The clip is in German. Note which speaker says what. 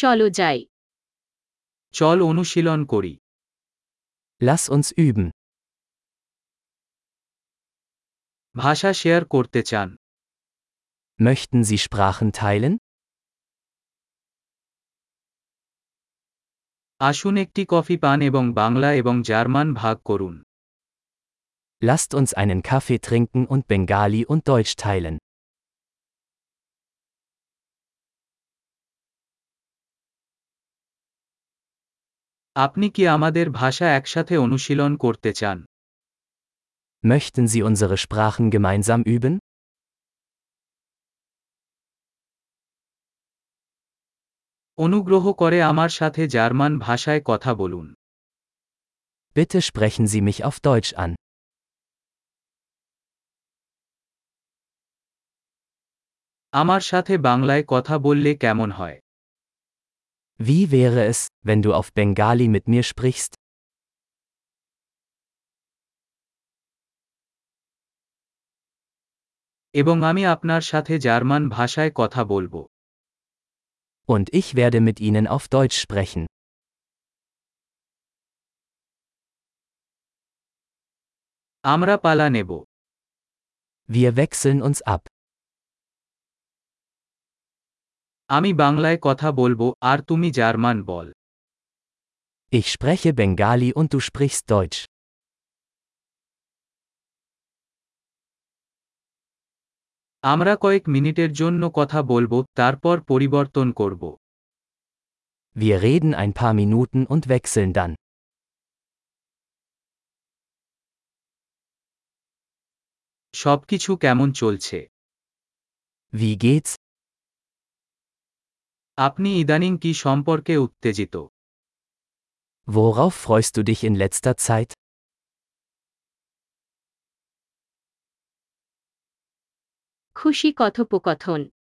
Speaker 1: চলো যাই
Speaker 2: চল অনুশীলন করি
Speaker 3: Lass uns üben.
Speaker 2: ভাষা শেয়ার করতে চান
Speaker 3: Möchten Sie Sprachen teilen?
Speaker 2: আসুন একটি কফি পান এবং বাংলা এবং জার্মান ভাগ করুন
Speaker 3: Lasst uns einen Kaffee trinken und Bengali und Deutsch teilen.
Speaker 2: আপনি কি আমাদের ভাষা একসাথে অনুশীলন করতে চান
Speaker 3: Möchten Sie unsere Sprachen gemeinsam üben?
Speaker 2: অনুগ্রহ করে আমার সাথে জার্মান ভাষায় কথা বলুন
Speaker 3: Bitte sprechen Sie mich auf Deutsch an.
Speaker 2: আমার সাথে বাংলায় কথা বললে কেমন হয়
Speaker 3: Wie wäre es, wenn du auf Bengali mit mir sprichst?
Speaker 2: এবং আমি আপনার সাথে জার্মান ভাষায় কথা বলবো
Speaker 3: Und ich werde mit ihnen auf Deutsch sprechen.
Speaker 2: আমরা পালা নেব
Speaker 3: Wir wechseln uns ab.
Speaker 2: আমি বাংলায় কথা বলবো আর তুমি জার্মান বল
Speaker 3: Ich spreche Bengali und du sprichst Deutsch.
Speaker 2: আমরা কয়েক মিনিটের জন্য কথা বলবো তারপর পরিবর্তন করব
Speaker 3: Wir reden ein paar Minuten und wechseln dann.
Speaker 2: সবকিছু কেমন চলছে
Speaker 3: Wie geht's?
Speaker 2: আপনি ইদানিং কি সম্পর্কে উত্তেজিত
Speaker 3: Worauf freust du dich in letzter Zeit?
Speaker 1: খুশি কথোপকথন